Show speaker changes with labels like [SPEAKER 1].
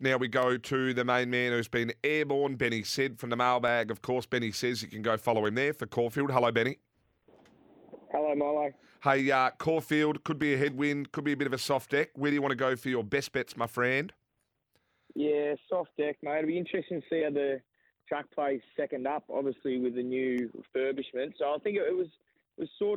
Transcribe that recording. [SPEAKER 1] Now we go to the main man who's been airborne, Benny Sid from the mailbag. Of course, Benny says you can go follow him there for Caulfield. Hello, Benny.
[SPEAKER 2] Hello, Milo.
[SPEAKER 1] Hey, uh, Caulfield could be a headwind, could be a bit of a soft deck. Where do you want to go for your best bets, my friend?
[SPEAKER 2] Yeah, soft deck, mate. It'll be interesting to see how the track plays second up, obviously, with the new refurbishment. So I think it was, was sort